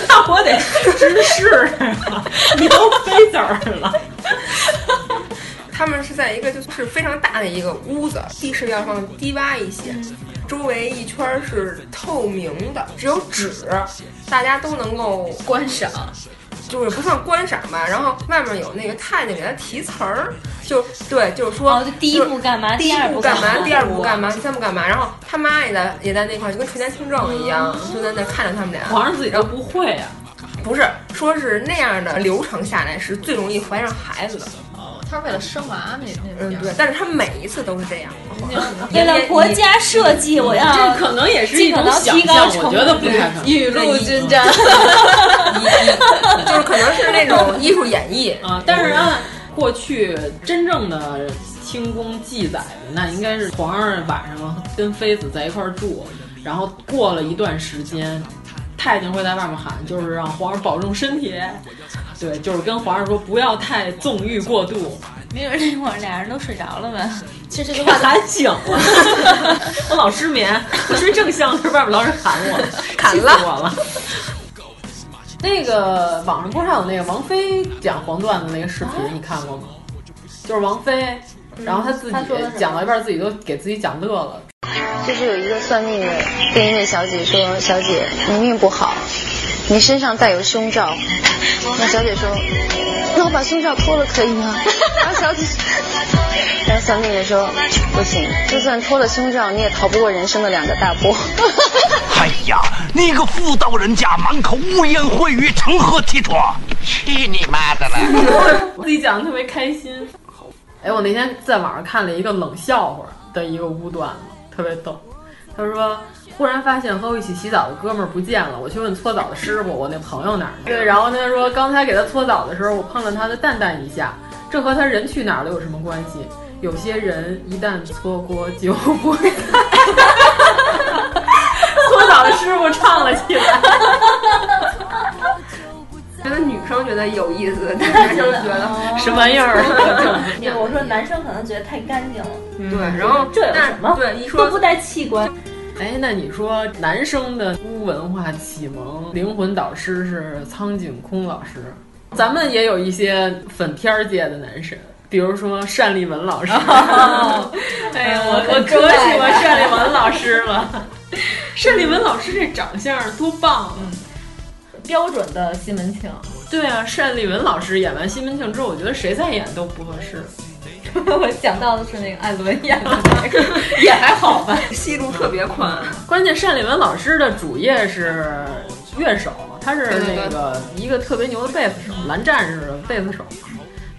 那 我得直视了，啊你都飞子儿了。
他们是在一个就是非常大的一个屋子，地势要放低洼一些，
嗯
周围一圈儿是透明的，只有纸，大家都能够
观赏。
就是不算观赏吧，然后外面有那个太监给他提词儿，就对，就是说，
哦，就第一步干嘛，
第一
二步
步干
嘛，
第二步干嘛，第三步干嘛，然后他妈也在也在那块儿，就跟垂帘听政一样，就在那看着他们俩。
皇上自己都不会啊呀、
不是，说是那样的流程下来是最容易怀上孩子的。
哦他是为了生娃那那
嗯，对，但是他每一次都是这样。
为了国家设计，我要
这可能也是一种想
尽可能提
象，
高
我觉得不太可能。
雨露均沾，
就是可能是那种艺术演绎
啊。但是按过去真正的清宫记载的，那应该是皇上晚上跟妃子在一块儿住，然后过了一段时间，太监会在外面喊，就是让皇上保重身体。对，就是跟皇上说不要太纵欲过度。
没准那会儿俩人都睡着了呗。
其实
这话喊 醒了，我老失眠，我睡正香的时候，外面老有人喊我，
砍
了我了。那个网上不是还有那个王菲讲黄段子那个视频，你看过吗？就是王菲，然后她自己
嗯她说的是
讲到一半，自己都给自己讲乐了。
就是有一个算命的跟一位小姐说：“小姐，你命不好，你身上带有胸罩。”那小姐说：“那我把胸罩脱了可以 吗？”然后小姐，然后算命的说：“不行，就算脱了胸罩，你也逃不过人生的两个大 波。
哎呀，你个妇道人家，满口污言秽语，成何体统？去你妈的了！
自己讲的特别开心。哎，我那天在网上看了一个冷笑话的一个污段子，特别逗。他说，忽然发现和我一起洗澡的哥们儿不见了，我去问搓澡的师傅，我那朋友哪儿呢？对，然后他说，刚才给他搓澡的时候，我碰了他的蛋蛋一下，这和他人去哪儿了有什么关系？有些人一旦错过就不会再。 搓澡的师傅唱了起来。
觉得女生觉得有意思，男生觉得
哦
什么玩意儿
对，我说男生可能觉得太干净了。
对，
嗯
然后
这有
但
什么？
对，一说
都不带器官。
哎，那你说男生的污文化启蒙灵魂导师是苍井空老师，咱们也有一些粉片儿界的男神，比如说单立文老师。哎呀，我我可喜欢单立文老师了。单立文老师这长相多棒啊！
标准的西门 庆，
对啊，单立文老师演完《西门庆》之后，我觉得谁再演都不合适。
我想到的是那个艾伦演的，
也还好吧，
戏路特别宽。
关键单立文老师的主业是乐手，他是那个一个特别牛的贝斯手，蓝战士的贝斯手。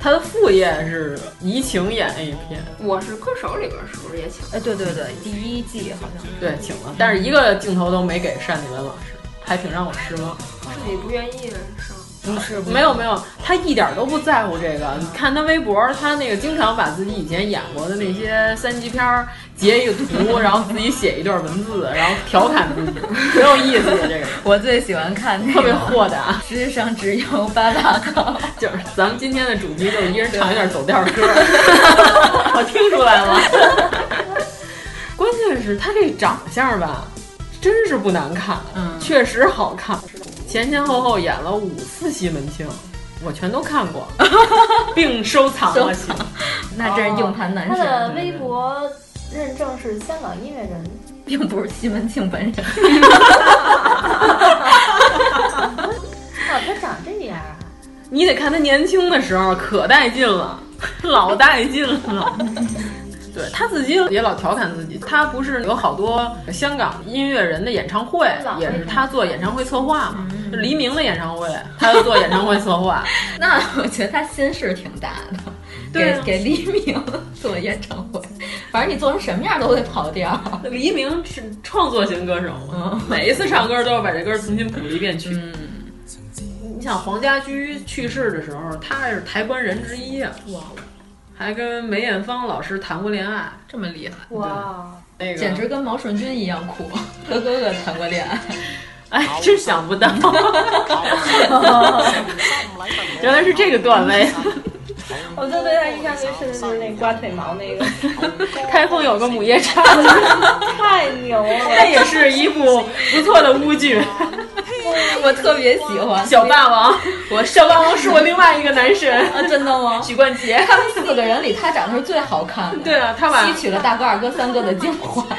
他的副业是移情演 A 片，
我是歌手里边是不是也请？
哎，对对对，第一季好像是
对，请了，但是一个镜头都没给单立文老师，还挺让我失望。
自己不愿意上。
不是
没有没有，他一点都不在乎这个。你看他微博，他那个经常把自己以前演过的那些三级片儿截一个图，然后自己写一段文字，然后调侃自己， 挺有意思的这个人。
我最喜欢看那个
特别豁达，
世界上只有八大高。
就是咱们今天的主题就是一人唱一段走调歌， 我听出来了。关键是他这长相吧，真是不难看，确实好看。前前后后演了五次西门庆，我全都看 过，并收藏了起来。
那真是硬盘男神。
他的微博认证是香港音 乐人，
并不是西门庆本 人。
哦，他长这样啊？
你得看他年轻的时候可带劲了，老带劲了。对他自己也老调侃自己，他不是有好多香港音乐人的演唱会，也是他做演唱会策划嘛。就黎明的演唱会，他就做演唱会策划。
那我觉得他心事挺大的，
对啊
给给黎明做演唱会，反正你做成什么样都得跑调。
黎明是创作型歌手嘛，每一次唱歌都要把这歌重新谱一遍曲。你想黄家驹去世的时候，他是抬棺人之一啊，哇，还跟梅艳芳老师谈过恋爱，
这么厉害
哇！那个
简直跟毛舜筠一样酷，和哥哥谈过恋爱。
哎，真想不到，原来是这个段位。
我就对他印象最深的就是那刮腿毛那个，
开封有个母夜叉，
太牛了！
那也是一部不错的乌剧。
我特别喜欢
小霸王，我小霸王是我另外一个男神
啊，真的吗？
许冠杰，
他们四个人里，他长得是最好看的。
对啊，他把
吸取了大哥、二哥、三哥的精华。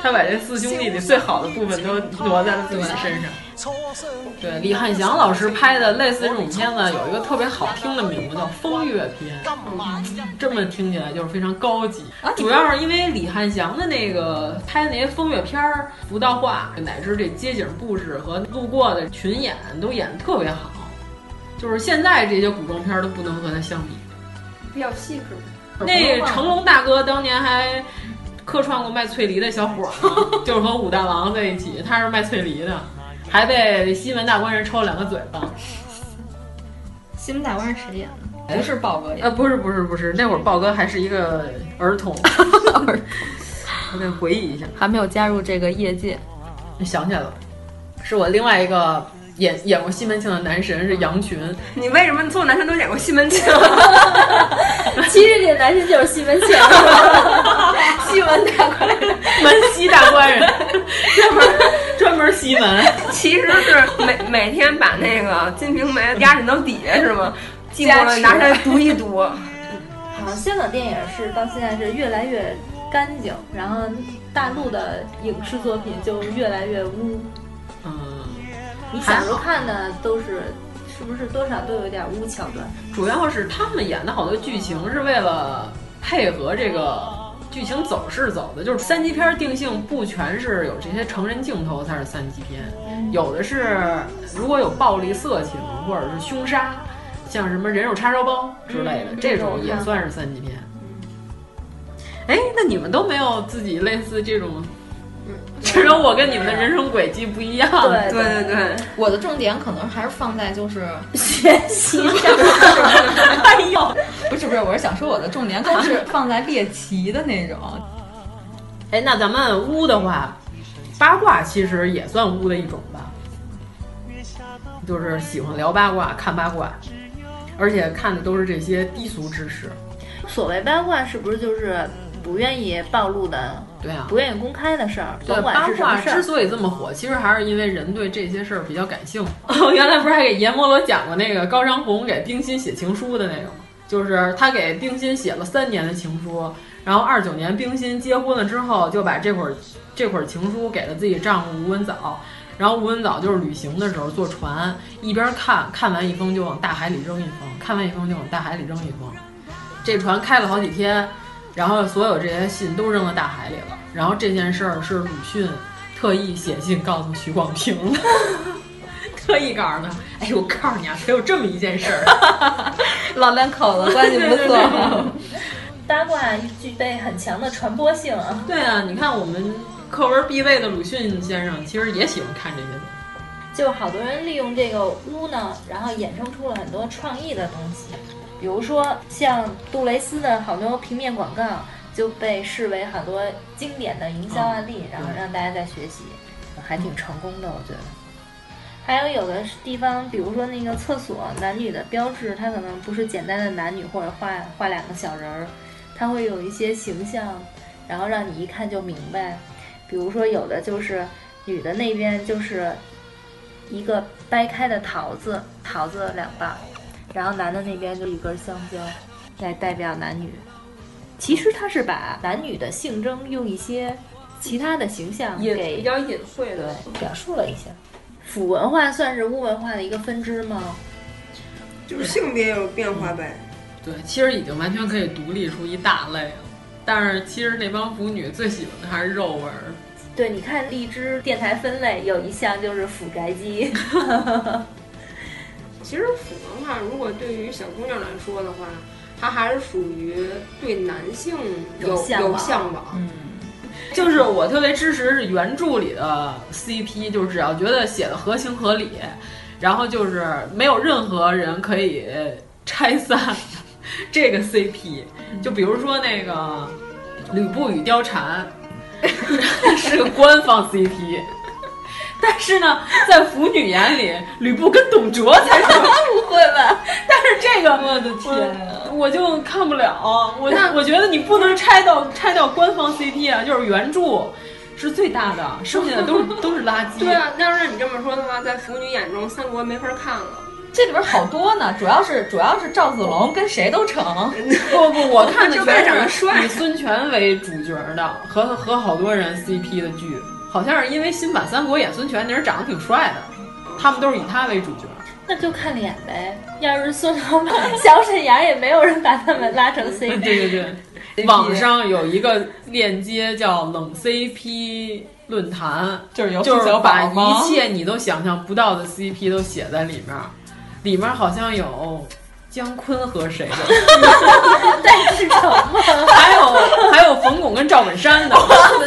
他把这四兄弟里最好的部分都挪在了自满身上。对，李汉祥老师拍的类似这种片子，有一个特别好听的名字叫《风月片》，这么听起来就是非常高级。主要是因为李汉祥的那个拍的那些风月片儿、服道化，乃至这街景布置和路过的群演都演得特别好，就是现在这些古装片儿都不能和它相比。
比较细致。
那成龙大哥当年还客串过卖脆梨的小伙儿
啊
呢， 就是和武大郎在一起，他是卖脆梨的，还被西门大官人抽了两个嘴巴。
西门大官人谁演的？
不
是豹哥演
呃，不是不是不是，那会儿豹哥还是一个儿 童，我得回忆一下，
还没有加入这个业界。
想起来了，是我另外一个演演过西门庆的男神是杨 群。
你为什么做男神都演过西门庆？
其实这男神就是西门 庆，西门大官人，
门西大官人， 专门专门西门。
其实是每每天把那个《金瓶梅》压枕头底下是 吗？记过了拿出来读一读。
好像香港电影是到现在是越来越干净，然后大陆的影视作品就越来越污。
嗯，
你小时候看的都是。是不是多少都有点污桥 段？
主要是他们演的好多剧情是为了配合这个剧情走势走的，就是三级片定性不全是有这些成人镜头才是三级片，
嗯
有的是如果有暴力、色情或者是凶杀，像什么人肉叉烧包之类的，
嗯
这种也算是三级片。哎，那你们都没有自己类似这种
嗯
只有我跟你们的人生轨迹不一样。
对
对对对，
我的重点可能还是放在就是
学习
上。
哎呦，啊
不是不是，我是想说我的重点可能是放在猎奇的那种。
哎，那咱们污的话，八卦其实也算污的一种吧，就是喜欢聊八卦、看八卦，而且看的都是这些低俗知识。
所谓八卦，是不是就是不愿意暴露的？
对啊，
不愿意公开的事儿，
对
甭管
八
是什
卦
么事
之
儿。
所以这么火，其实还是因为人对这些事儿比较感兴趣。我哦原来不是还给阎摩罗讲过那个高长红给冰心写情书的那个吗？就是他给冰心写了三年的情书，然后二九年冰心结婚了之后，就把这会儿这会儿情书给了自己丈夫吴文藻。然后吴文藻就是旅行的时候坐船，一边看看完一封就往大海里扔一封，看完一封就往大海里扔一封。这船开了好几天，然后所有这些信都扔到大海里了。然后这件事儿是鲁迅特意写信告诉徐广平的， 特意告诉他：“哎，我告诉你啊，还有这么一件事儿。”
老两口子关系 不
对对
错。
对
八卦具备很强的传播性啊。
对啊，你看我们课文必备的鲁迅先生，其实也喜欢看这些东西。
就好多人利用这个屋呢，然后衍生出了很多创意的东西，比如说像杜蕾斯的好多平面广告就被视为很多经典的营销案例，然后让大家在学习，还挺成功的，我觉得。还有有的地方，比如说那个厕所男女的标志，它可能不是简单的男女或者画画两个小人儿，它会有一些形象，然后让你一看就明白。比如说有的就是女的那边就是一个掰开的桃子，桃子两半儿，然后男的那边就一根香蕉，来代表男女。其实它是把男女的性征用一些其他的形象
隐
给
比较隐晦的
表述了一下。腐文化算是巫文化的一个分支吗？
就是性别有变化呗。
对，其实已经完全可以独立出一大类了。但是其实那帮腐女最喜欢的还是肉味儿。
对，你看荔枝电台分类有一项就是腐宅鸡，
其实腐文化如果对于小姑娘来说的话，它还是属于对男性有
有向往
有向往。嗯
就是我特别支持是原著里的 CP，就是只要觉得写的合情合理，然后就是没有任何人可以 拆散这个 CP。就
嗯
比如说那个吕布与貂蝉 是个官方 CP，但是呢，在腐女眼里，吕布跟董卓才 是
不会吧？
但是这个
我的天啊
我，我就看不了。我
那
我觉得你不能拆到拆掉官方 CP 啊，就是原著是最大的，剩下的都是都是垃
啊
圾。
对啊，要是你这么说的话，在腐女眼中，三国没法看了。这里边好多呢，主要是主要是赵子龙跟谁都成。
不不，我看的
周边长
全
得
是
帅
以孙权为主角的，和和好多人 CP 的剧，好像是因为新版《三国》演孙权那人长得挺帅的，他们都是以他为主角。
那就看脸呗。要是孙老板、小沈阳，也没有人把他们拉成 CP。
对对对，网上有一个链接叫“冷 CP 论坛”，
就是有
就
付
是
小宝
把
吗
一切你都想象不到的 CP 都写在里面儿，里面好像有姜昆和谁的，
戴志诚吗？
还有还有冯巩跟赵本山的，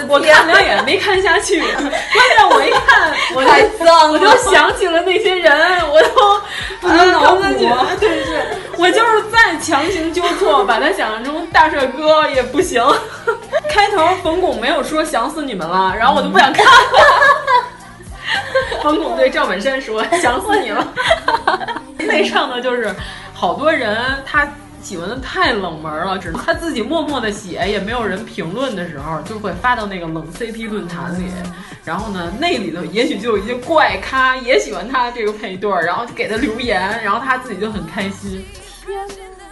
我看两眼没看下去，关键我一看我
太
就
脏了
我就想起了那些人，我都啊
不能脑补
我就觉得对对，我就是再强行纠错，把他想象中大帅哥也不行。开头冯巩没有说想死你们了，然后我就不想看了。冯巩对赵本山说：“想死你了。” 那上头就是好多人他喜欢的太冷门了，只能他自己默默的写，也没有人评论的时候，就会发到那个冷 CP 论坛里。然后呢，那里头也许就有一些怪咖也喜欢他这个配对儿，然后就给他留言，然后他自己就很开心。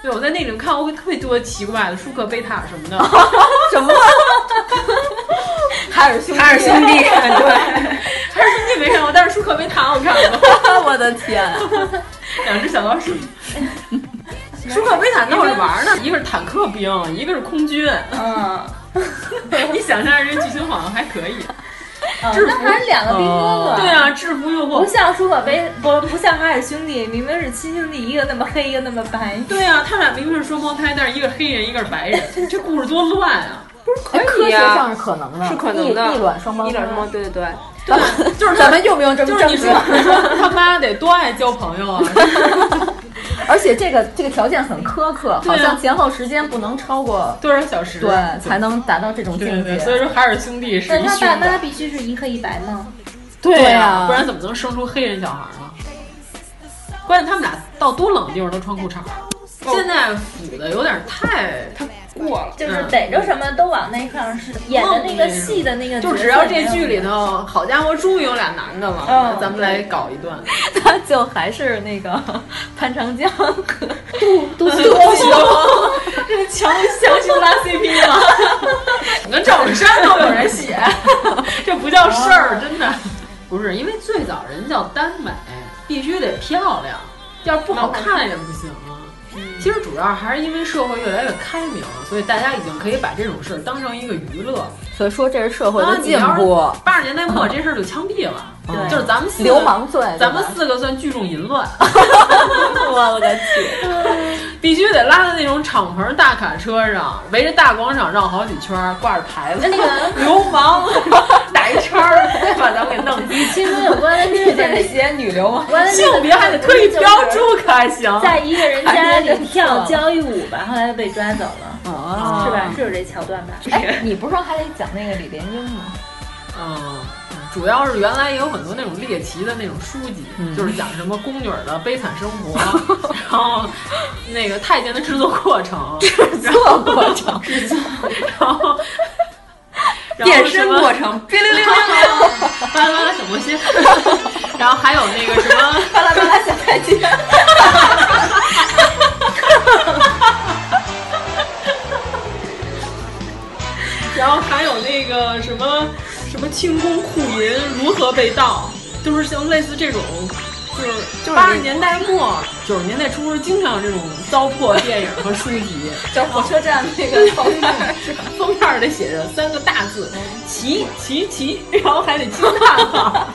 对，我在那里看过特别多奇怪的舒克贝塔什么的， 什么
海尔兄弟
海尔兄 弟，对，海尔兄弟没看过，但是舒克贝塔我看过。
我的天，
两只小老鼠。舒克贝塔闹着玩呢，一个是坦克兵，一个是空军。嗯， 你想象这剧情好像还可以。
嗯
制服
那还是两个兵
哦
哥哥
对啊，制服诱惑
不像舒可菲，不不像海尔兄弟，明明是亲兄弟，一个那么黑，一个那么白。
对啊，他们俩明明是双胞胎，但是一个黑人，一个是 白人，这故事多乱啊！不是
哎科学上是可能的，
是可能的
异异卵双胞胎，
异卵双胞
对对对。
就是
咱们用不用这么
就是 你
正
说
经
你说他妈得多爱交朋 友啊！
而且这个这个条件很苛刻，
对
好
啊
像前后时间不能超过
多少小时？啊
对，才能达到这种
对对
境
对，
界。
所以说海尔兄弟是
那
一
他
兄
爸
的
妈必须是一黑一白吗？
对
啊
不然怎么能生出黑人小孩呢？关键他们俩到多冷的地方都穿裤衩儿，现在腐的有点太太过了，
就是
嗯
逮着什么都往那上是演的那个戏的那个角色
就
没有，
只要这剧里头，好家伙，终于有俩男的了，
嗯
咱们来搞一段。
他就还是那个 潘长江和
杜
杜
杜
雄
雄， 这个强强行拉 CP 了，我跟赵本山都有人写，这不叫事儿，真的不是因为最早人叫耽美，必须得漂亮，要不好看也不行啊。其实主要还是因为社会越来越开明，所以大家已经可以把这种事儿当成一个娱乐。
所以说这是社会
啊
的进步。。
八十年代末这事儿就枪毙了，
对
就是咱们四
嗯
个
流氓罪对吧
咱们四个算聚众淫 乱。
我我的去！
必须得拉到那种敞篷大卡车上，围着大广场绕好几圈儿，挂着牌子，
那个
流氓 打一圈儿，再把咱们给弄死。
与青春有关 的日本的
些女流氓
关的
性别还得特意标注可还行。
在一个人家里跳交谊舞吧，后来被抓走了，
哦
是吧？是有这桥段吧？
哎，你不是说还得讲那个李莲英吗？
嗯，主要是原来也有很多那种猎奇的那种书籍，就是讲什么宫女儿的悲惨生活，然后那个太监的制作过程，制作过程，制作，然后。
变身过 程
哔哩哩哩哩，巴拉巴拉小魔仙，然后还有那个什么巴拉巴拉小太监，然后还有那个什么什么清宫库银如何被盗，就是像类似这种，就是
就是
八十年代末九十年代初经常有这种糟粕电影和书籍，
就是火车站那个封面儿
是吧？封面儿得写着三个大字“齐齐齐”，然后还得惊叹号。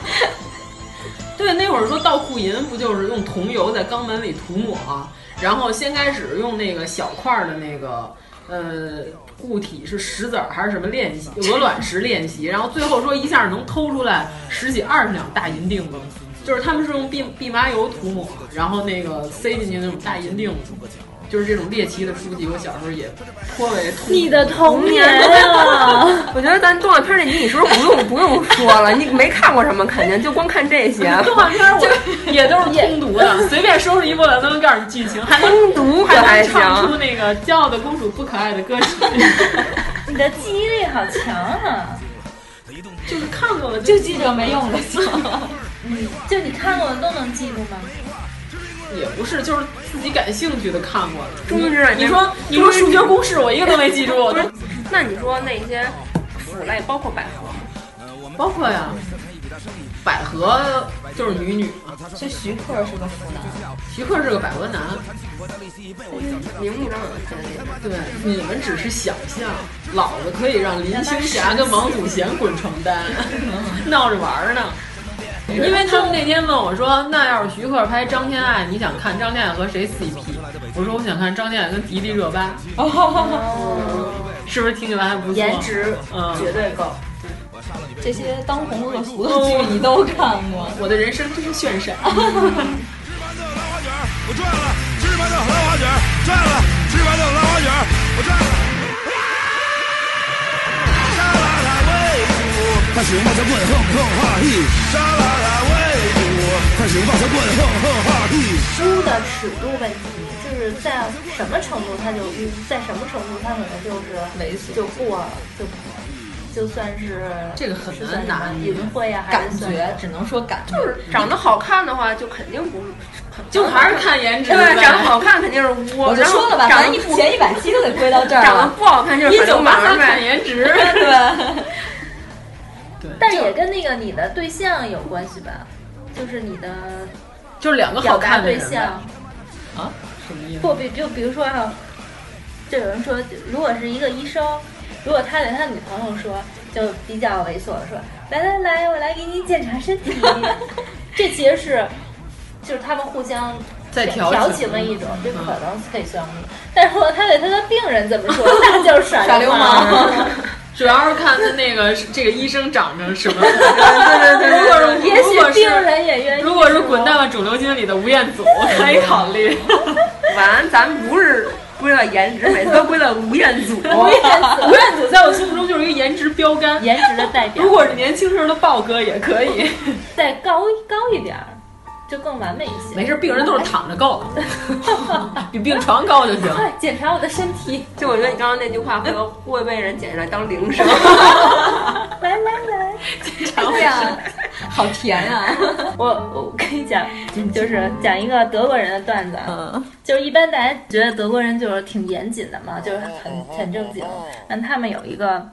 对，那会儿说倒库银不就是用桐油在肛门里涂抹，啊然后先开始用那个小块儿的那个呃固体是石子儿还是什么练习鹅卵石练习，然后最后说一下能偷出来十几二十两大银锭子，就是他们是用蓖蓖麻油涂抹，然后那个塞进去那种大银锭子。就是这种猎奇的书籍，我小时候也颇为痛苦。
你的童年啊！
我觉得咱动画片这集你是不是不用不用说了？你没看过什么，肯定就光看这 些。
动画片儿我也都是通 读的，随便收拾一部来都能告诉你剧情，还能
通读可
还
还
能
行
唱出那个《骄傲的公主不可爱》的歌曲，
你的记忆力好强啊！
就是看过了
就记着没用的，嗯，就你看过的都能记住吗？
也不是，就是自己感兴趣的看过。
终于知道
你说你说数学公式，我一个都没记住。我都
那你说那些腐类，包括百合吗，
包括呀，百合就是女女嘛。
这徐克是个腐男，
徐克是个百合男。嗯
明目张胆的天理。
对，你们只是想象，老子可以让林青霞跟王祖贤滚床单， 闹着玩儿呢。因为他们那天问我说，那要是徐克拍张天爱，你想看张天爱和谁 CP？我说我想看张天爱跟迪丽热巴。
哦
是不是听起来还不错？
颜值
嗯，
绝对够。这些当红恶俗的剧你都看过？
我的人生真是炫 闪。
我赚了，吃馒头兰花卷儿赚了，吃馒头兰花卷儿我赚了。沙拉它喂猪，它喜欢吃棍哼哼哈嘿。沙拉它喂猪，它喜欢吃棍哼哼哈嘿。
猪的尺度问题，就是在什么程度它就晕，在什么程度它可能就是
猥琐
就过了，就就算是
这个很
是
难
算什
拿
么
捏
淫秽呀，还
感
是算
觉
什么
只能说感觉
就是长得好看的话，就肯定不是，
就还是看颜值呗
对，长得好看肯定是污。
我就
然后
说了吧，
长
咱
得
一
不
前一百期都得归到这儿了。
长得不好看就是
一九八
反
三
正
看
呗。
颜 值，对，
但也跟那个你的对象有关系吧，就是你的
就是两个
表
好
达
看的
对
人呗
象。
啊，什么意思？
不比就比如说啊，就有人说，如果是一个医生，如果他对他女朋友说，就比较猥琐地说，来来来，我来给你检查身体，这其实是就是他们互相
在
挑
调
起
情
了一种，这
嗯
可能可以算污。但是如果他对他的病人这么说，那就是
耍
耍
流
氓。
啊 主要是看他那个是这个医生长成 什么样。
对对对
如果是
也
如果
许
是
病人也愿意。
如果是滚蛋吧肿瘤君里的吴彦祖，
哎
可 以考虑。
完，咱们不是归到颜值，每次都归到吴彦祖。
吴彦祖，吴彦祖在我心目中就是一个颜值标杆，
颜值的代 表
如果是年轻时候的豹哥也可 以，
再高高一点儿，就更完美一些。
没事，病人都是躺着够 了，比病床高就行。
快检查我的身体，
就我觉得你刚刚那句话会会被人捡出来当 铃声。
来来来，哎
对
呀，好甜啊！我我跟你讲，就是讲一个德国人的段子，啊，就是一般大家觉得德国人就是挺严谨的嘛，就是很很正经，但他们有一个。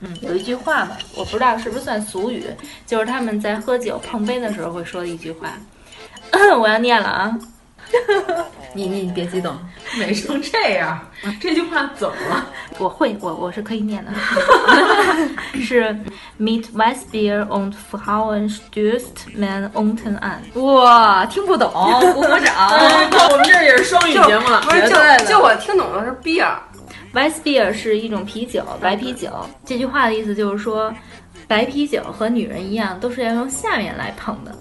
嗯，有一句话嘛，我不知道是不是算俗语，就是他们在喝酒碰杯的时候会说的一句话， 我要念了啊，
你你别激动，
美成这样，这句话怎么了？
我会，我我是可以念的，是 Mit Weißbier und Frauen stößt man unten an。
哇，听不懂，鼓鼓掌。
我们这也嗯是双语
就
节目了，
不是
别
就
动了
就我听懂的是 beer，
Weißbier 是一种啤酒，白啤酒。这句话的意思就是说，白啤酒和女人一样，都是要用下面来碰的。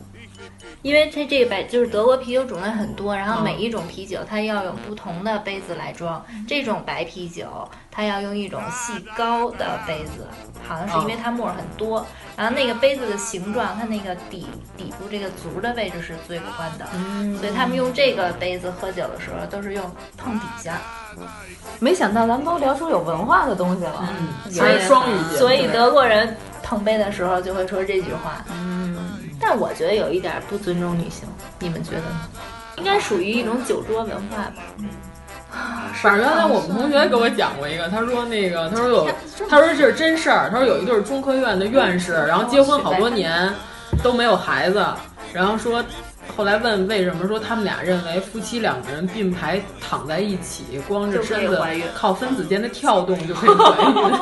因为它这个白就是德国啤酒种类很多，然后每一种啤酒它要用不同的杯子来装。这种白啤酒它要用一种细高的杯子，好
啊
像是因为它沫儿很多。然后那个杯子的形状，它那个底底部这个足的位置是最有关的，所以他们用这个杯子喝酒的时候都是用碰底下。
没想到咱们都聊出有文化的东西了，
所以双语节目
所以嗯德国人碰杯的时候就会说这句话。嗯，但我觉得有一点不尊重女性，你们觉得呢？应该属于一种酒桌文化吧。
反正原来我们同学给我讲过一个，他说那个，他说有，他说这是真事儿，他说有一对中科院的院士，然后结婚好多年都没有孩子，然后说后来问为什么，说他们俩认为夫妻两个人并排躺在一起，光着身
就可以
子
怀孕
靠分子间的跳动就可以 怀孕。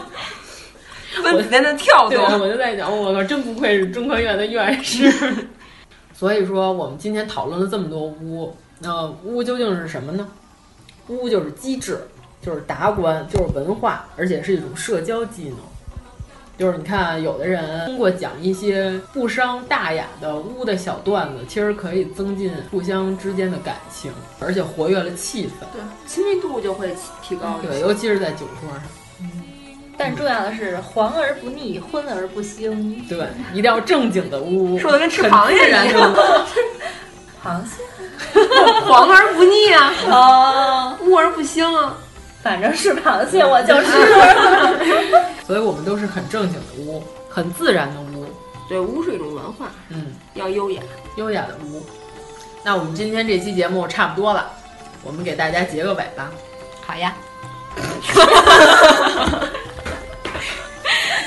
分子间的跳
对，
动。
我就在想，我靠，真不愧是中科院的院士。 所以说，我们今天讨论了这么多巫，那、巫究竟是什么呢？巫就是机制，就是达观，就是文化，而且是一种社交技能。就是你看，啊有的人通过讲一些不伤大雅的污的小段子，其实可以增进互相之间的感情，而且活跃了气氛。
对，亲密度就会提高。
对，尤其是在酒桌上，
但重要的是，黄而不腻，荤而不腥。
对，一定要正经的污，
说得跟吃螃蟹一样
很自然地污
螃蟹
黄而不腻啊，
啊，
污而不腥啊。
反正是螃蟹，我就是。
所以我们都是很正经的污，很自然的污，
对，污是一种文化，
嗯，
要优雅。
优雅的污。那我们今天这期节目差不多了，我们给大家结个尾吧。
好呀。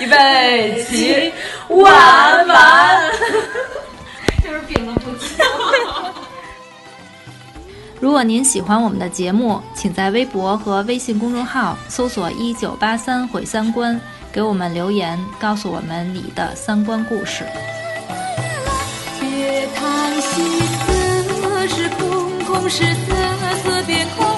预备起，玩完。就是病都不轻。
如果您喜欢我们的节目，请在微博和微信公众号搜索“一九八三毁三观”，给我们留言，告诉我们你的三观故事。
别叹息，四是空，空是色，色变空。